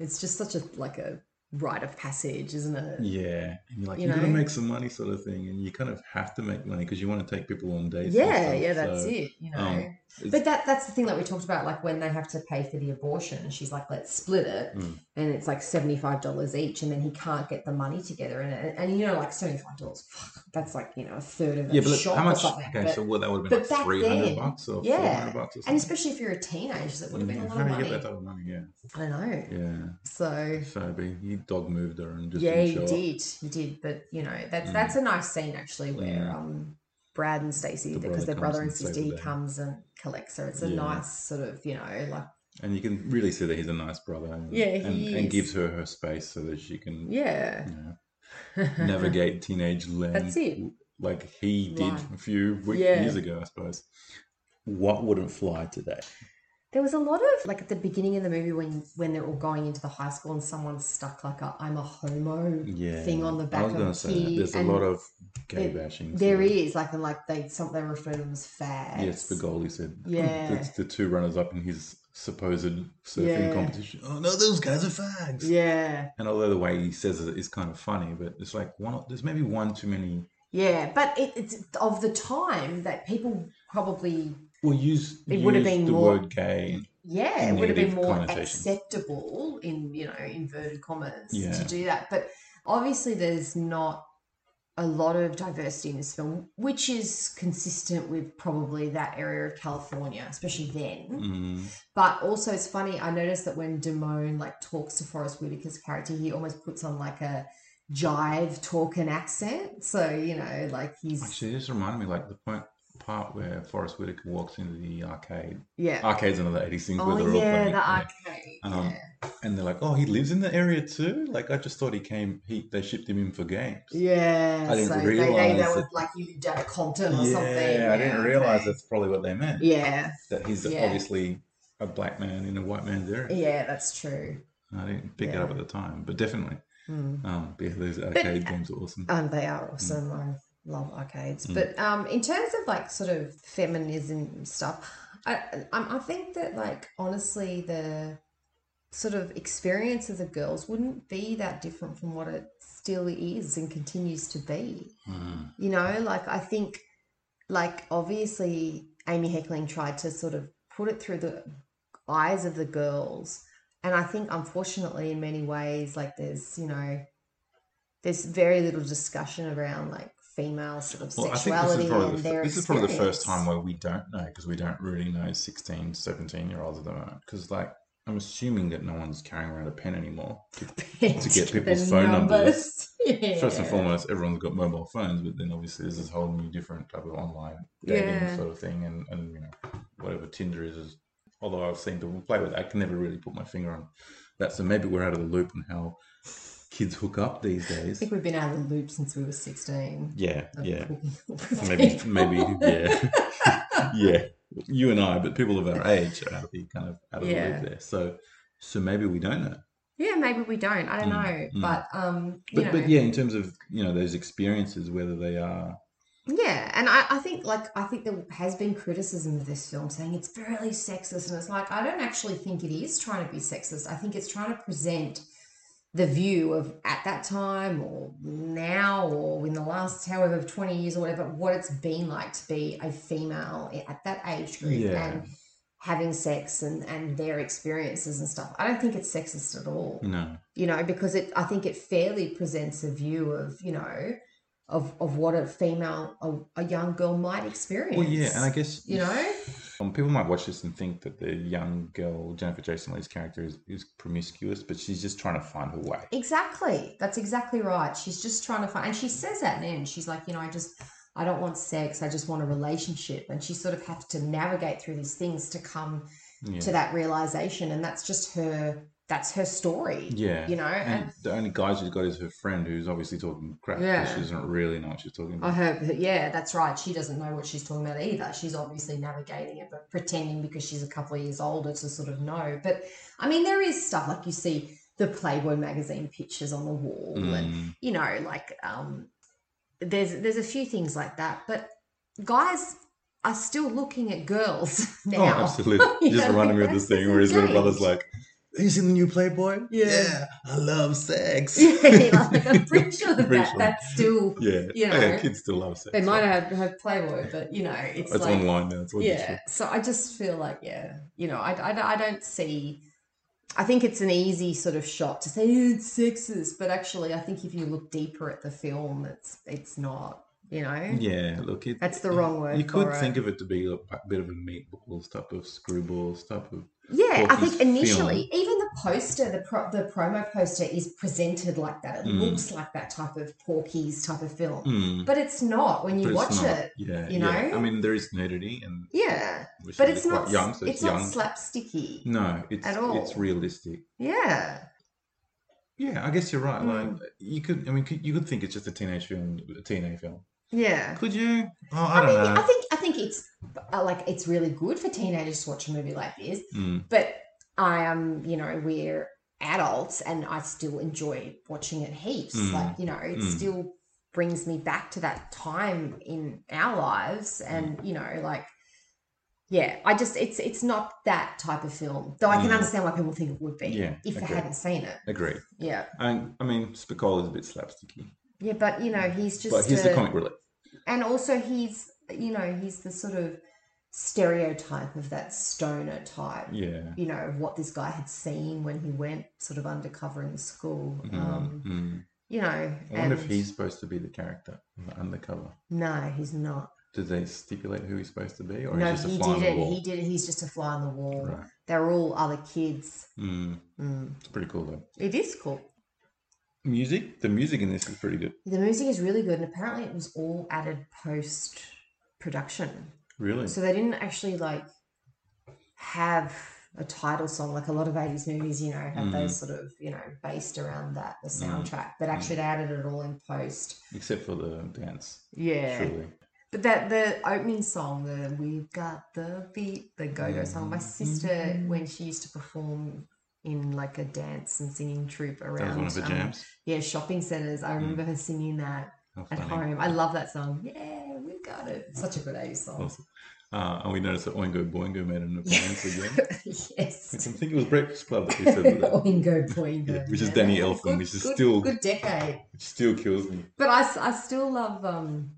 [SPEAKER 5] it's just such a like a rite of passage, isn't it?
[SPEAKER 4] yeah, and you're like,
[SPEAKER 5] you
[SPEAKER 4] you got to
[SPEAKER 5] know?
[SPEAKER 4] make some money, sort of thing, and you kind of have to make money because you want to take people on dates. and
[SPEAKER 5] Yeah,
[SPEAKER 4] stuff,
[SPEAKER 5] yeah, that's
[SPEAKER 4] so
[SPEAKER 5] it. You know.
[SPEAKER 4] um, it's-
[SPEAKER 5] but that that's the thing that we talked about, like when they have to pay for the abortion, she's like, let's split it,
[SPEAKER 4] Mm.
[SPEAKER 5] and it's like seventy five dollars each, and then he can't get the money together, and and, and you know, like seventy five dollars, that's like you know a third of a
[SPEAKER 4] Yeah, but look,
[SPEAKER 5] shop
[SPEAKER 4] how
[SPEAKER 5] or
[SPEAKER 4] much?
[SPEAKER 5] something.
[SPEAKER 4] Okay,
[SPEAKER 5] but-
[SPEAKER 4] so what that
[SPEAKER 5] but
[SPEAKER 4] would have been like
[SPEAKER 5] back
[SPEAKER 4] three hundred
[SPEAKER 5] then,
[SPEAKER 4] bucks or
[SPEAKER 5] yeah,
[SPEAKER 4] four hundred bucks or something.
[SPEAKER 5] and especially if you're a teenager, that would have been a lot
[SPEAKER 4] Mm,
[SPEAKER 5] of
[SPEAKER 4] how do
[SPEAKER 5] money.
[SPEAKER 4] you get that type of money? Yeah,
[SPEAKER 5] I know.
[SPEAKER 4] yeah.
[SPEAKER 5] So
[SPEAKER 4] So it'd be- he dog moved her and just
[SPEAKER 5] yeah,
[SPEAKER 4] didn't
[SPEAKER 5] you
[SPEAKER 4] show up.
[SPEAKER 5] did, you did, but you know that's
[SPEAKER 4] Mm.
[SPEAKER 5] that's a nice scene actually where
[SPEAKER 4] Yeah.
[SPEAKER 5] um Brad and Stacey
[SPEAKER 4] The
[SPEAKER 5] because
[SPEAKER 4] brother
[SPEAKER 5] they're
[SPEAKER 4] comes
[SPEAKER 5] brother and
[SPEAKER 4] and saves
[SPEAKER 5] sister,
[SPEAKER 4] the
[SPEAKER 5] he
[SPEAKER 4] day.
[SPEAKER 5] comes and collects her. It's a
[SPEAKER 4] Yeah.
[SPEAKER 5] nice sort of you know like
[SPEAKER 4] And you can really see that he's a nice brother. And,
[SPEAKER 5] Yeah,
[SPEAKER 4] and,
[SPEAKER 5] he
[SPEAKER 4] and
[SPEAKER 5] is.
[SPEAKER 4] gives her her space so that she can
[SPEAKER 5] yeah,
[SPEAKER 4] you know, navigate teenage land.
[SPEAKER 5] That's it.
[SPEAKER 4] Like he did
[SPEAKER 5] Right.
[SPEAKER 4] a few weeks,
[SPEAKER 5] Yeah.
[SPEAKER 4] years ago, I suppose. What wouldn't fly today?
[SPEAKER 5] There was a lot of like at the beginning of the movie when when they're all going into the high school and someone's stuck like a I'm a homo
[SPEAKER 4] Yeah.
[SPEAKER 5] thing on the
[SPEAKER 4] I
[SPEAKER 5] back
[SPEAKER 4] was going to
[SPEAKER 5] of a
[SPEAKER 4] say that.
[SPEAKER 5] key.
[SPEAKER 4] There's a
[SPEAKER 5] and
[SPEAKER 4] lot of gay
[SPEAKER 5] there-
[SPEAKER 4] bashing.
[SPEAKER 5] there
[SPEAKER 4] so-
[SPEAKER 5] is like and like they some they refer to them as fads.
[SPEAKER 4] Yes, Spigoli said.
[SPEAKER 5] Yeah.
[SPEAKER 4] It's the two runners up in his supposed surfing
[SPEAKER 5] Yeah.
[SPEAKER 4] competition. Oh, no, those guys are fags.
[SPEAKER 5] Yeah,
[SPEAKER 4] And although the way he says it is kind of funny, but it's like, one, there's maybe one too many
[SPEAKER 5] yeah, but it, it's of the time that people probably
[SPEAKER 4] Well, use
[SPEAKER 5] It would have
[SPEAKER 4] use
[SPEAKER 5] been
[SPEAKER 4] the
[SPEAKER 5] more-
[SPEAKER 4] word gay.
[SPEAKER 5] yeah, it would have been
[SPEAKER 4] Negative
[SPEAKER 5] more
[SPEAKER 4] connotation.
[SPEAKER 5] acceptable in, you know, inverted commas
[SPEAKER 4] Yeah.
[SPEAKER 5] to do that. But obviously, there's not a lot of diversity in this film, which is consistent with probably that area of California, especially then.
[SPEAKER 4] Mm,
[SPEAKER 5] But also, it's funny. I noticed that when Damone like talks to Forrest Whitaker's character, he almost puts on like a jive talking accent. So you know, like he's
[SPEAKER 4] actually, this reminded me like the point part where Forrest Whitaker walks into the arcade.
[SPEAKER 5] yeah.
[SPEAKER 4] Arcade's another 80s thing where
[SPEAKER 5] Oh
[SPEAKER 4] they're all
[SPEAKER 5] yeah,
[SPEAKER 4] playing.
[SPEAKER 5] the
[SPEAKER 4] yeah.
[SPEAKER 5] arcade.
[SPEAKER 4] Um,
[SPEAKER 5] yeah.
[SPEAKER 4] And they're like, "Oh, he lives in the area too." Like, I just thought he came. He they shipped him in for games.
[SPEAKER 5] Yeah,
[SPEAKER 4] I didn't
[SPEAKER 5] so they, they,
[SPEAKER 4] realise
[SPEAKER 5] they were
[SPEAKER 4] that-
[SPEAKER 5] like you lived out of Compton or
[SPEAKER 4] Yeah,
[SPEAKER 5] something.
[SPEAKER 4] I didn't
[SPEAKER 5] okay.
[SPEAKER 4] realize that's probably what they meant.
[SPEAKER 5] Yeah,
[SPEAKER 4] That he's
[SPEAKER 5] Yeah.
[SPEAKER 4] obviously a black man in a white man's area.
[SPEAKER 5] yeah, that's true.
[SPEAKER 4] I didn't pick it
[SPEAKER 5] Yeah.
[SPEAKER 4] up at the time, but definitely.
[SPEAKER 5] Mm.
[SPEAKER 4] Um, but yeah, those arcade games are awesome.
[SPEAKER 5] And they
[SPEAKER 4] Hmm.
[SPEAKER 5] are awesome. I love arcades.
[SPEAKER 4] Mm.
[SPEAKER 5] But um, in terms of like sort of feminism stuff, I, I I think that like honestly the sort of experience of the girls wouldn't be that different from what it still is and continues to be.
[SPEAKER 4] Mm.
[SPEAKER 5] You know, like I think, like obviously, Amy Heckling tried to sort of put it through the eyes of the girls, and I think unfortunately, in many ways, like there's you know, there's very little discussion around like female sort of
[SPEAKER 4] Well, I think this
[SPEAKER 5] sexuality
[SPEAKER 4] is probably,
[SPEAKER 5] and
[SPEAKER 4] the,
[SPEAKER 5] their
[SPEAKER 4] fir- this is probably the first time
[SPEAKER 5] experience.
[SPEAKER 4] where we don't know because we don't really know 16, 17 year olds at the moment. Because, like, I'm assuming that no one's carrying around a pen anymore. to get
[SPEAKER 5] The
[SPEAKER 4] people's phone numbers.
[SPEAKER 5] numbers.
[SPEAKER 4] First and
[SPEAKER 5] Yeah.
[SPEAKER 4] foremost, everyone's got mobile phones, but then obviously there's this whole new different type of online dating
[SPEAKER 5] Yeah.
[SPEAKER 4] sort of thing, and, and you know, whatever Tinder is, is. Although I've seen people play with it, I can never really put my finger on that. So maybe we're out of the loop on how kids hook up these
[SPEAKER 5] I
[SPEAKER 4] days.
[SPEAKER 5] think we've been out of the loop since we were 16.
[SPEAKER 4] Yeah, yeah.
[SPEAKER 5] Maybe,
[SPEAKER 4] maybe maybe yeah yeah you and i but people of our age are out of the kind of out of
[SPEAKER 5] Yeah.
[SPEAKER 4] the loop there so so maybe we don't know
[SPEAKER 5] Yeah, maybe we don't. I don't know.
[SPEAKER 4] Mm, mm.
[SPEAKER 5] But um you
[SPEAKER 4] But
[SPEAKER 5] know.
[SPEAKER 4] but yeah, in terms of you know those experiences, whether they are
[SPEAKER 5] Yeah, and I, I think like I think there has been criticism of this film saying it's fairly sexist, and it's like I don't actually think it is trying to be sexist. I think it's trying to present the view of at that time or now or in the last however twenty years or whatever what it's been like to be a female i- at that age group
[SPEAKER 4] Yeah.
[SPEAKER 5] and having sex and and their experiences and stuff. I don't think it's sexist at all
[SPEAKER 4] you know
[SPEAKER 5] you know, because it I think it fairly presents a view of, you know, of of what a female a, a young girl might experience.
[SPEAKER 4] well yeah, and I guess
[SPEAKER 5] you know?
[SPEAKER 4] Um, people might watch this and think that the young girl Jennifer Jason Leigh's character is, is promiscuous, but she's just trying to find her way.
[SPEAKER 5] Exactly. That's exactly right. She's just trying to find and she says that then. She's like, you know, I just I don't want sex, I just want a relationship. And she sort of has to navigate through these things to come
[SPEAKER 4] Yeah,
[SPEAKER 5] to that realization. And that's just her that's her story.
[SPEAKER 4] yeah.
[SPEAKER 5] You know,
[SPEAKER 4] and,
[SPEAKER 5] and
[SPEAKER 4] the only guy she's got is her friend, who's obviously talking crap. Yeah,
[SPEAKER 5] Yeah.
[SPEAKER 4] she doesn't really know what she's talking
[SPEAKER 5] I
[SPEAKER 4] about.
[SPEAKER 5] hope, yeah, that's right. She doesn't know what she's talking about either. She's obviously navigating it, but pretending because she's a couple of years older to sort of know. But I mean, there is stuff like you see the Playboy magazine pictures on the wall, and
[SPEAKER 4] Mm,
[SPEAKER 5] you know, like um, there's there's a few things like that. But guys are still looking at girls now.
[SPEAKER 4] Oh, absolutely. You just
[SPEAKER 5] Yeah,
[SPEAKER 4] reminded me of
[SPEAKER 5] that's
[SPEAKER 4] this thing where his little brother's
[SPEAKER 5] insane.
[SPEAKER 4] like, "Have you seen the new Playboy?
[SPEAKER 5] Yeah.
[SPEAKER 4] I love sex.
[SPEAKER 5] Yeah, like, I'm pretty sure that,
[SPEAKER 4] Pretty
[SPEAKER 5] that
[SPEAKER 4] sure.
[SPEAKER 5] that's still.
[SPEAKER 4] yeah,
[SPEAKER 5] You
[SPEAKER 4] yeah,
[SPEAKER 5] know,
[SPEAKER 4] kids still love sex.
[SPEAKER 5] They might
[SPEAKER 4] right?
[SPEAKER 5] have have Playboy, but you know, it's,
[SPEAKER 4] It's,
[SPEAKER 5] like
[SPEAKER 4] online now. It's all digital.
[SPEAKER 5] yeah so i just feel like yeah you know I, I, I don't see i think it's an easy sort of shot to say "Yeah, it's sexist but actually i think if you look deeper at the film it's it's not you know
[SPEAKER 4] Yeah, look, it,
[SPEAKER 5] That's the wrong word
[SPEAKER 4] You could
[SPEAKER 5] for it.
[SPEAKER 4] think of it to be a bit of a meatballs type of screwballs type of.
[SPEAKER 5] yeah i
[SPEAKER 4] Porky's
[SPEAKER 5] think initially even the poster the pro, the promo poster is presented like that it
[SPEAKER 4] Mm.
[SPEAKER 5] looks like that type of porky's type of film
[SPEAKER 4] Mm,
[SPEAKER 5] but it's not when you
[SPEAKER 4] but
[SPEAKER 5] watch
[SPEAKER 4] it's not,
[SPEAKER 5] it
[SPEAKER 4] Yeah,
[SPEAKER 5] you
[SPEAKER 4] yeah.
[SPEAKER 5] know?
[SPEAKER 4] I mean, there is nudity, and
[SPEAKER 5] yeah
[SPEAKER 4] which
[SPEAKER 5] but
[SPEAKER 4] is
[SPEAKER 5] it's
[SPEAKER 4] quite
[SPEAKER 5] not
[SPEAKER 4] young, so it's,
[SPEAKER 5] it's
[SPEAKER 4] young.
[SPEAKER 5] not slapsticky
[SPEAKER 4] no, it's
[SPEAKER 5] at all.
[SPEAKER 4] it's realistic.
[SPEAKER 5] yeah
[SPEAKER 4] Yeah, I guess you're right.
[SPEAKER 5] Mm.
[SPEAKER 4] Like you could, I mean, could, you could think it's just a teenage film, a teenage film.
[SPEAKER 5] yeah
[SPEAKER 4] Could you? Oh, I, don't
[SPEAKER 5] mean,
[SPEAKER 4] know.
[SPEAKER 5] I think I think it's uh, like it's really good for teenagers to watch a movie like this.
[SPEAKER 4] Mm,
[SPEAKER 5] But I am, you know, we're adults, and I still enjoy watching it heaps.
[SPEAKER 4] Mm.
[SPEAKER 5] Like you know, it
[SPEAKER 4] Mm.
[SPEAKER 5] still brings me back to that time in our lives,
[SPEAKER 4] Hmm.
[SPEAKER 5] and you know, like. Yeah, I just it's it's not that type of film. Though I can
[SPEAKER 4] Mm.
[SPEAKER 5] understand why people think it would be
[SPEAKER 4] Yeah,
[SPEAKER 5] if they
[SPEAKER 4] okay.
[SPEAKER 5] hadn't seen it.
[SPEAKER 4] agree.
[SPEAKER 5] Yeah,
[SPEAKER 4] I, I mean, Spicola's a bit slapsticky,
[SPEAKER 5] yeah, but you know he's just
[SPEAKER 4] but he's
[SPEAKER 5] a-
[SPEAKER 4] the comic relief.
[SPEAKER 5] and also he's you know he's the sort of stereotype of that stoner type
[SPEAKER 4] Yeah.
[SPEAKER 5] you know of what this guy had seen when he went sort of undercover in school
[SPEAKER 4] Mm,
[SPEAKER 5] um
[SPEAKER 4] mm.
[SPEAKER 5] you know
[SPEAKER 4] I wonder if
[SPEAKER 5] and-
[SPEAKER 4] he's supposed to be the character of the undercover.
[SPEAKER 5] no he's not
[SPEAKER 4] Did they stipulate who he's supposed to be, or
[SPEAKER 5] no
[SPEAKER 4] he's just
[SPEAKER 5] he
[SPEAKER 4] a fly on the
[SPEAKER 5] didn't
[SPEAKER 4] wall?
[SPEAKER 5] he did he's just a fly on the wall
[SPEAKER 4] Right.
[SPEAKER 5] they're all other kids
[SPEAKER 4] Mm,
[SPEAKER 5] mm.
[SPEAKER 4] it's pretty cool though.
[SPEAKER 5] it is cool
[SPEAKER 4] Music. The music in this is pretty good.
[SPEAKER 5] the music is really good and apparently it was all added post production
[SPEAKER 4] Really.
[SPEAKER 5] So they didn't actually like have a title song like a lot of 80s movies, you know, have
[SPEAKER 4] Mm.
[SPEAKER 5] those sort of, you know, based around that, the
[SPEAKER 4] Mm.
[SPEAKER 5] soundtrack. But actually they added it all in post.
[SPEAKER 4] Except for the dance,
[SPEAKER 5] Yeah.
[SPEAKER 4] surely.
[SPEAKER 5] But that the opening song, the We've Got the Beat, the go go song, my sister,
[SPEAKER 4] Mm-hmm.
[SPEAKER 5] when she used to perform in like a dance and singing troupe around
[SPEAKER 4] That was one of the
[SPEAKER 5] um,
[SPEAKER 4] jams.
[SPEAKER 5] yeah, shopping centres. I remember her singing that
[SPEAKER 4] How
[SPEAKER 5] at
[SPEAKER 4] funny.
[SPEAKER 5] home. I love that song. Yeah, we've got it. Such a good 80s song.
[SPEAKER 4] Awesome. Uh, and we noticed that Oingo Boingo made an appearance again.
[SPEAKER 5] yes.
[SPEAKER 4] I think it was Breakfast Club that he said that.
[SPEAKER 5] Oingo Boingo.
[SPEAKER 4] Yeah, which is
[SPEAKER 5] man.
[SPEAKER 4] Danny
[SPEAKER 5] That's a
[SPEAKER 4] Elfman,
[SPEAKER 5] good-
[SPEAKER 4] which is
[SPEAKER 5] good-
[SPEAKER 4] still-
[SPEAKER 5] good decade.
[SPEAKER 4] Which still kills me.
[SPEAKER 5] But I, s- I still love um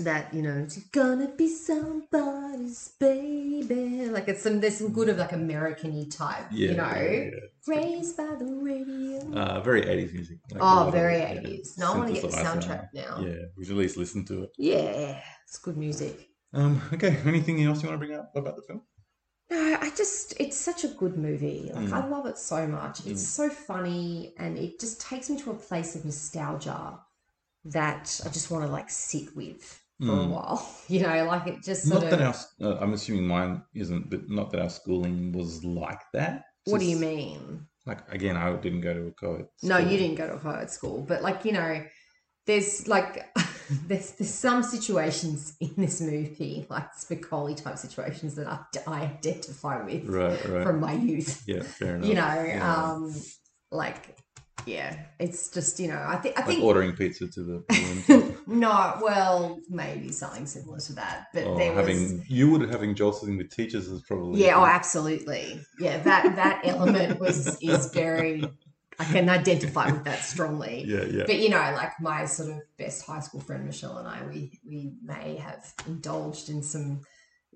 [SPEAKER 5] that you know it's gonna be somebody's baby. Like it's some there's some good of like American-y type,
[SPEAKER 4] Yeah.
[SPEAKER 5] you know,
[SPEAKER 4] yeah,
[SPEAKER 5] raised by the radio.
[SPEAKER 4] yeah. Uh, very 80s music. like a lot
[SPEAKER 5] oh,
[SPEAKER 4] of
[SPEAKER 5] very
[SPEAKER 4] it, yeah.
[SPEAKER 5] eighties. Now I want to get the
[SPEAKER 4] Synthesizer.
[SPEAKER 5] soundtrack now.
[SPEAKER 4] Yeah, we should at least listen to it.
[SPEAKER 5] yeah, it's good music.
[SPEAKER 4] Um, okay, anything else you want to bring up about the film?
[SPEAKER 5] No, I just, it's such a good movie. Like,
[SPEAKER 4] Mm.
[SPEAKER 5] I love it so much. It's
[SPEAKER 4] Mm.
[SPEAKER 5] so funny and it just takes me to a place of nostalgia that I just want to like sit with for a
[SPEAKER 4] Mm.
[SPEAKER 5] while. You know, like it just
[SPEAKER 4] Not
[SPEAKER 5] sort
[SPEAKER 4] that
[SPEAKER 5] of,
[SPEAKER 4] our, uh, I'm assuming mine isn't, but not that our schooling was like that.
[SPEAKER 5] what do you
[SPEAKER 4] Just-
[SPEAKER 5] mean?
[SPEAKER 4] Like, again, I didn't go to a co-ed
[SPEAKER 5] No,
[SPEAKER 4] school.
[SPEAKER 5] you didn't go to a private school, but like, you know, there's like, there's, there's some situations in this movie, like Spicoli type situations that I, I identify with
[SPEAKER 4] Right, right.
[SPEAKER 5] from my youth.
[SPEAKER 4] yeah, fair enough.
[SPEAKER 5] you know,
[SPEAKER 4] Yeah.
[SPEAKER 5] um, Like, yeah, it's just you know, I think I
[SPEAKER 4] Like
[SPEAKER 5] think
[SPEAKER 4] ordering pizza to the Berlin.
[SPEAKER 5] no, well, maybe something similar to that, but
[SPEAKER 4] or
[SPEAKER 5] there
[SPEAKER 4] Oh, having
[SPEAKER 5] was.
[SPEAKER 4] you would having Joel sitting with teachers is probably
[SPEAKER 5] Yeah, oh, absolutely. Yeah, that that element was is very. I can identify with that strongly.
[SPEAKER 4] yeah, yeah.
[SPEAKER 5] But you know, like my sort of best high school friend Michelle and I, we we may have indulged in some,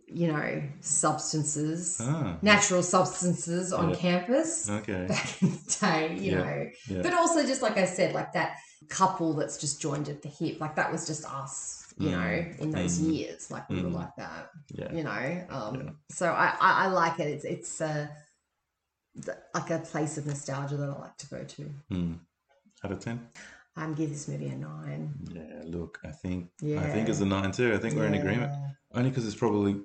[SPEAKER 5] you know, substances,
[SPEAKER 4] Ah,
[SPEAKER 5] natural substances on
[SPEAKER 4] Yeah.
[SPEAKER 5] campus
[SPEAKER 4] okay.
[SPEAKER 5] back in the day, you
[SPEAKER 4] Yeah,
[SPEAKER 5] know.
[SPEAKER 4] yeah.
[SPEAKER 5] But also just like I said, like that couple that's just joined at the hip, like that was just us, you
[SPEAKER 4] Mm,
[SPEAKER 5] know, in those
[SPEAKER 4] mm,
[SPEAKER 5] years. Like we were
[SPEAKER 4] mm.
[SPEAKER 5] like that,
[SPEAKER 4] Yeah.
[SPEAKER 5] you know. Um
[SPEAKER 4] Yeah.
[SPEAKER 5] so I, I, I like it. It's it's uh th- like a place of nostalgia that I like to go to.
[SPEAKER 4] Hmm. Out of ten?
[SPEAKER 5] Um, give this movie a nine.
[SPEAKER 4] Yeah. Look, I think
[SPEAKER 5] Yeah,
[SPEAKER 4] I think it's a nine too. I think we're in agreement.
[SPEAKER 5] Yeah.
[SPEAKER 4] Only because it's probably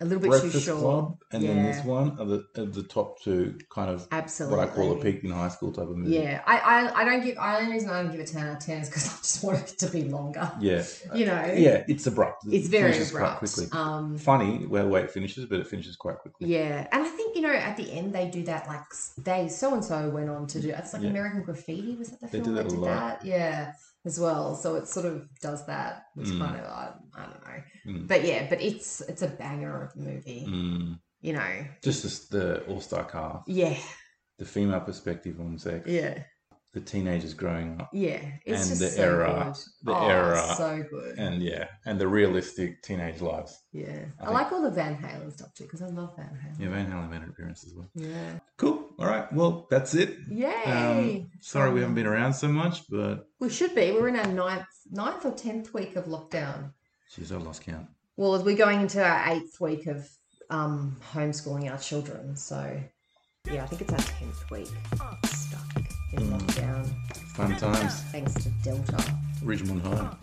[SPEAKER 5] A little bit too
[SPEAKER 4] Breakfast
[SPEAKER 5] short.
[SPEAKER 4] Club and then this
[SPEAKER 5] Yeah.
[SPEAKER 4] one are the are the top two kind of
[SPEAKER 5] Absolutely.
[SPEAKER 4] what I call a peak in high school type of movie.
[SPEAKER 5] Yeah, I, I, I don't give. I only reason I don't give a ten out of ten is because I just want it to be longer.
[SPEAKER 4] Yeah.
[SPEAKER 5] You know.
[SPEAKER 4] Yeah, it's abrupt. It
[SPEAKER 5] It's very
[SPEAKER 4] finishes
[SPEAKER 5] abrupt.
[SPEAKER 4] quite quickly.
[SPEAKER 5] Um.
[SPEAKER 4] Funny where where it finishes, but it finishes quite quickly.
[SPEAKER 5] Yeah, and I think you know at the end they do that like s- they so and so went on to do it's like
[SPEAKER 4] Yeah.
[SPEAKER 5] American Graffiti was that the film
[SPEAKER 4] They do that
[SPEAKER 5] that
[SPEAKER 4] a
[SPEAKER 5] did
[SPEAKER 4] lot.
[SPEAKER 5] that yeah as well so it sort of does that which
[SPEAKER 4] Mm.
[SPEAKER 5] kind of I, I don't know
[SPEAKER 4] Mm.
[SPEAKER 5] but yeah but it's it's a banger of a movie
[SPEAKER 4] Mm.
[SPEAKER 5] you know
[SPEAKER 4] Just this, the all star cast,
[SPEAKER 5] yeah
[SPEAKER 4] the female perspective on sex,
[SPEAKER 5] yeah
[SPEAKER 4] the teenagers growing up,
[SPEAKER 5] yeah it's
[SPEAKER 4] And
[SPEAKER 5] just
[SPEAKER 4] the
[SPEAKER 5] so
[SPEAKER 4] era-
[SPEAKER 5] good.
[SPEAKER 4] the
[SPEAKER 5] Oh,
[SPEAKER 4] era
[SPEAKER 5] so good
[SPEAKER 4] and yeah, and the realistic teenage lives.
[SPEAKER 5] Yeah.
[SPEAKER 4] I
[SPEAKER 5] I,
[SPEAKER 4] think-
[SPEAKER 5] like all the Van Halen stuff too because I love Van Halen.
[SPEAKER 4] Yeah, Van Halen made an appearance as well.
[SPEAKER 5] Yeah.
[SPEAKER 4] Cool. All right. Well, that's it.
[SPEAKER 5] Yay.
[SPEAKER 4] Um, sorry we haven't been around so much, but
[SPEAKER 5] we should be. We're in our ninth, ninth or tenth week of lockdown.
[SPEAKER 4] geez, I lost count.
[SPEAKER 5] Well, as we're going into our eighth week of um, homeschooling our children. So, yeah, I think it's our tenth week stuck in lockdown
[SPEAKER 4] Fun times.
[SPEAKER 5] thanks to Delta.
[SPEAKER 4] Richmond High.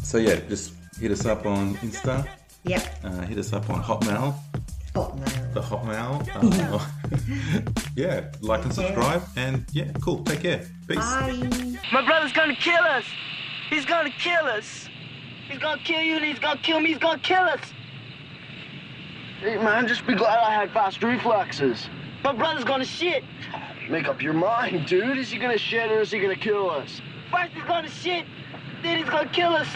[SPEAKER 4] so yeah, just hit us up on Insta.
[SPEAKER 5] Yep.
[SPEAKER 4] Uh, hit us up on Hotmail,
[SPEAKER 5] Oh,
[SPEAKER 4] the
[SPEAKER 5] no.
[SPEAKER 4] Hotmail. Uh, yeah, like and subscribe, and yeah, cool. Take care. Peace.
[SPEAKER 5] Bye.
[SPEAKER 1] My brother's gonna kill us. He's gonna kill us. He's gonna kill you and he's gonna kill me. He's gonna kill us.
[SPEAKER 6] Hey man, just be glad I had fast reflexes.
[SPEAKER 1] My brother's gonna shit.
[SPEAKER 6] Make up your mind, dude. Is he gonna shit or is he gonna kill us?
[SPEAKER 1] First he's gonna shit, then he's gonna kill us.